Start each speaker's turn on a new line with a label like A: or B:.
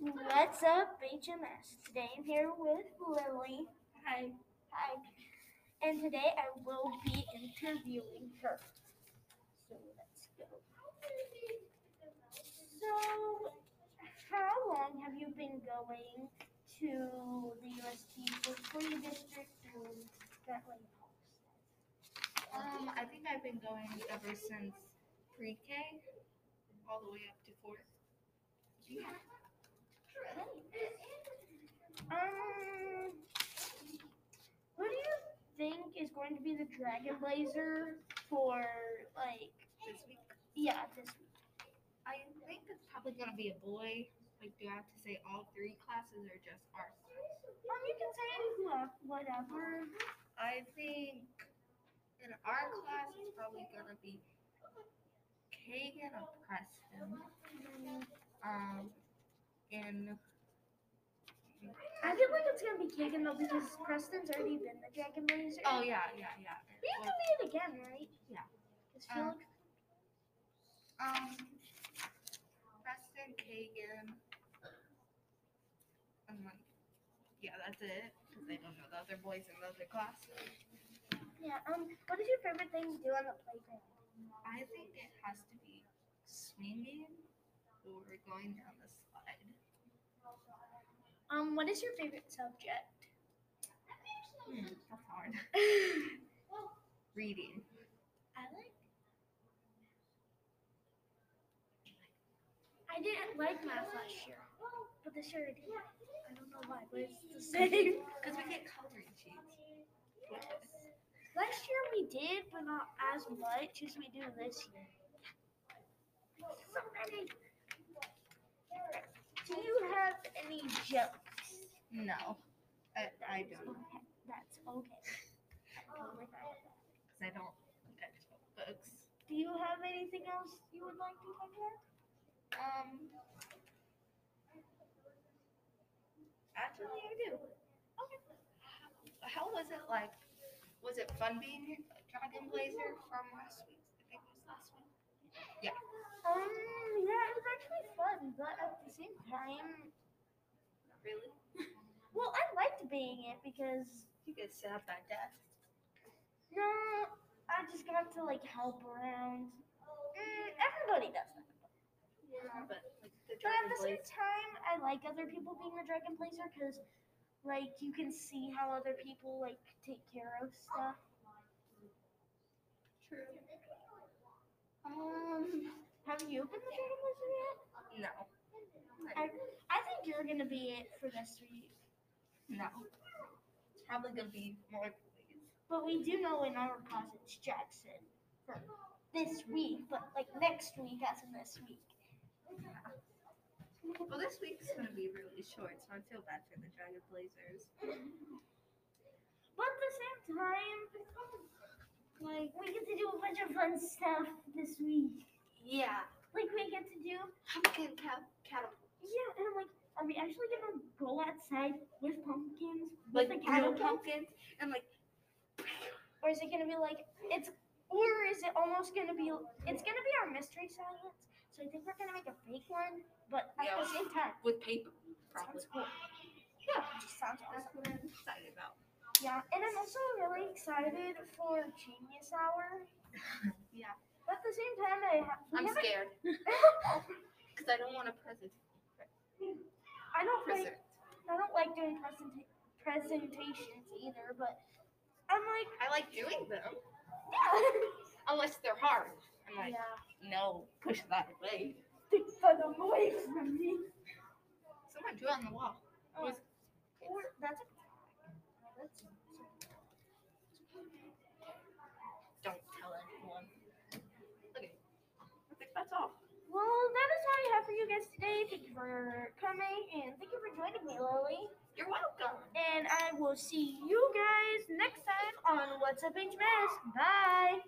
A: What's up, HMS? Today I'm here with Lily.
B: Hi.
A: Hi. And today I will be interviewing her. So let's go. So, how long have you been going to the USD for Free District and Bentley
B: Um, I think I've been going ever since pre-K, all the way up to fourth. Yeah.
A: Um, what do you think is going to be the Dragon Blazer for like?
B: This week,
A: Yeah, this week.
B: I think it's probably gonna be a boy. Like, do I have to say all three classes or just ours?
A: Um, you can say wha- whatever.
B: I think in our class it's probably gonna be Kagan or Preston. Um, in
A: I feel like it's gonna be Kagan though because Preston's already been the Dragon Blazer.
B: oh yeah, yeah, yeah.
A: We have to
B: Well,
A: be it again, right?
B: Yeah.
A: 'Cause
B: Um,
A: Phil-
B: Um, Preston Kagan. And like, yeah, that's it. Because they don't know the other boys in the other class.
A: yeah. Um, what is your favorite thing to do on the playground?
B: I think it has to be swinging or going down the slide.
A: Um, what is your favorite subject?
B: Hmm, that's hard.
A: I
B: Reading.
A: like. I didn't like math last year, but this year I did. I don't know why, but it's the same.
B: Because we get coloring sheets.
A: Last year we did, but not as much as we do this year. So many. Do you have any jokes?
B: No, I, I don't.
A: Okay, That's okay. I'm totally fine with that.
B: Because I don't look at books.
A: Do you have anything else you would like to talk about?
B: Um, actually, I do. Okay. How was it like? Was it fun being a Dragon Blazer from last week? I think it was last week.
A: Um, yeah, it was actually fun, but at the same time,
B: Not really.
A: well, I liked being it because
B: You could sit at that desk.
A: no, I just got to like help around. Mm, everybody does that.
B: Yeah, but like the
A: But at
B: Dragon
A: the same
B: Blazer.
A: time, I like other people being the dragon placer because, like, you can see how other people like take care of stuff.
B: True.
A: Um, have you been the dragon placer
B: No.
A: yet? I, I think you're gonna be it for this week.
B: No. It's probably gonna be more boys.
A: But we do know in our class it's Jackson for this week, but like next week, that's in this week.
B: Well, this week's gonna be really short, so I feel bad for the Dragon Blazers.
A: But at the same time, like we get to do a bunch of fun stuff this week.
B: Yeah.
A: Like we get to do
B: Pumpkin cat catapult.
A: Yeah, and I'm like, are we actually gonna go outside with pumpkins?
B: like
A: With the
B: little
A: catapult?
B: pumpkins and like
A: Or is it gonna be like it's or is it almost gonna be it's gonna be our mystery silence. So I think we're gonna make a fake one, but at
B: Yeah.
A: the same time.
B: with paper. Probably.
A: Sounds cool. Yeah, it just sounds
B: That's
A: awesome.
B: what I'm excited about.
A: Yeah, and I'm also really excited for Genius Hour.
B: Yeah.
A: But at the same time, I ha- we
B: I'm
A: haven't-
B: scared because I don't want to present.
A: I don't like
B: present.
A: I don't like doing presenta- presentations either, but I'm like,
B: I like doing them
A: yeah.
B: unless they're hard. I'm like,
A: yeah.
B: no, push that away.
A: Stick them away from me.
B: Someone drew on the wall.
A: Oh,
B: Was-
A: or that's a that's
B: Don't tell anyone. Okay. I think that's all.
A: well, that is all I have for you guys today. Thank you for coming and thank you for joining me, Lily.
B: You're welcome.
A: And I will see you guys next time on What's Up HMS. Bye.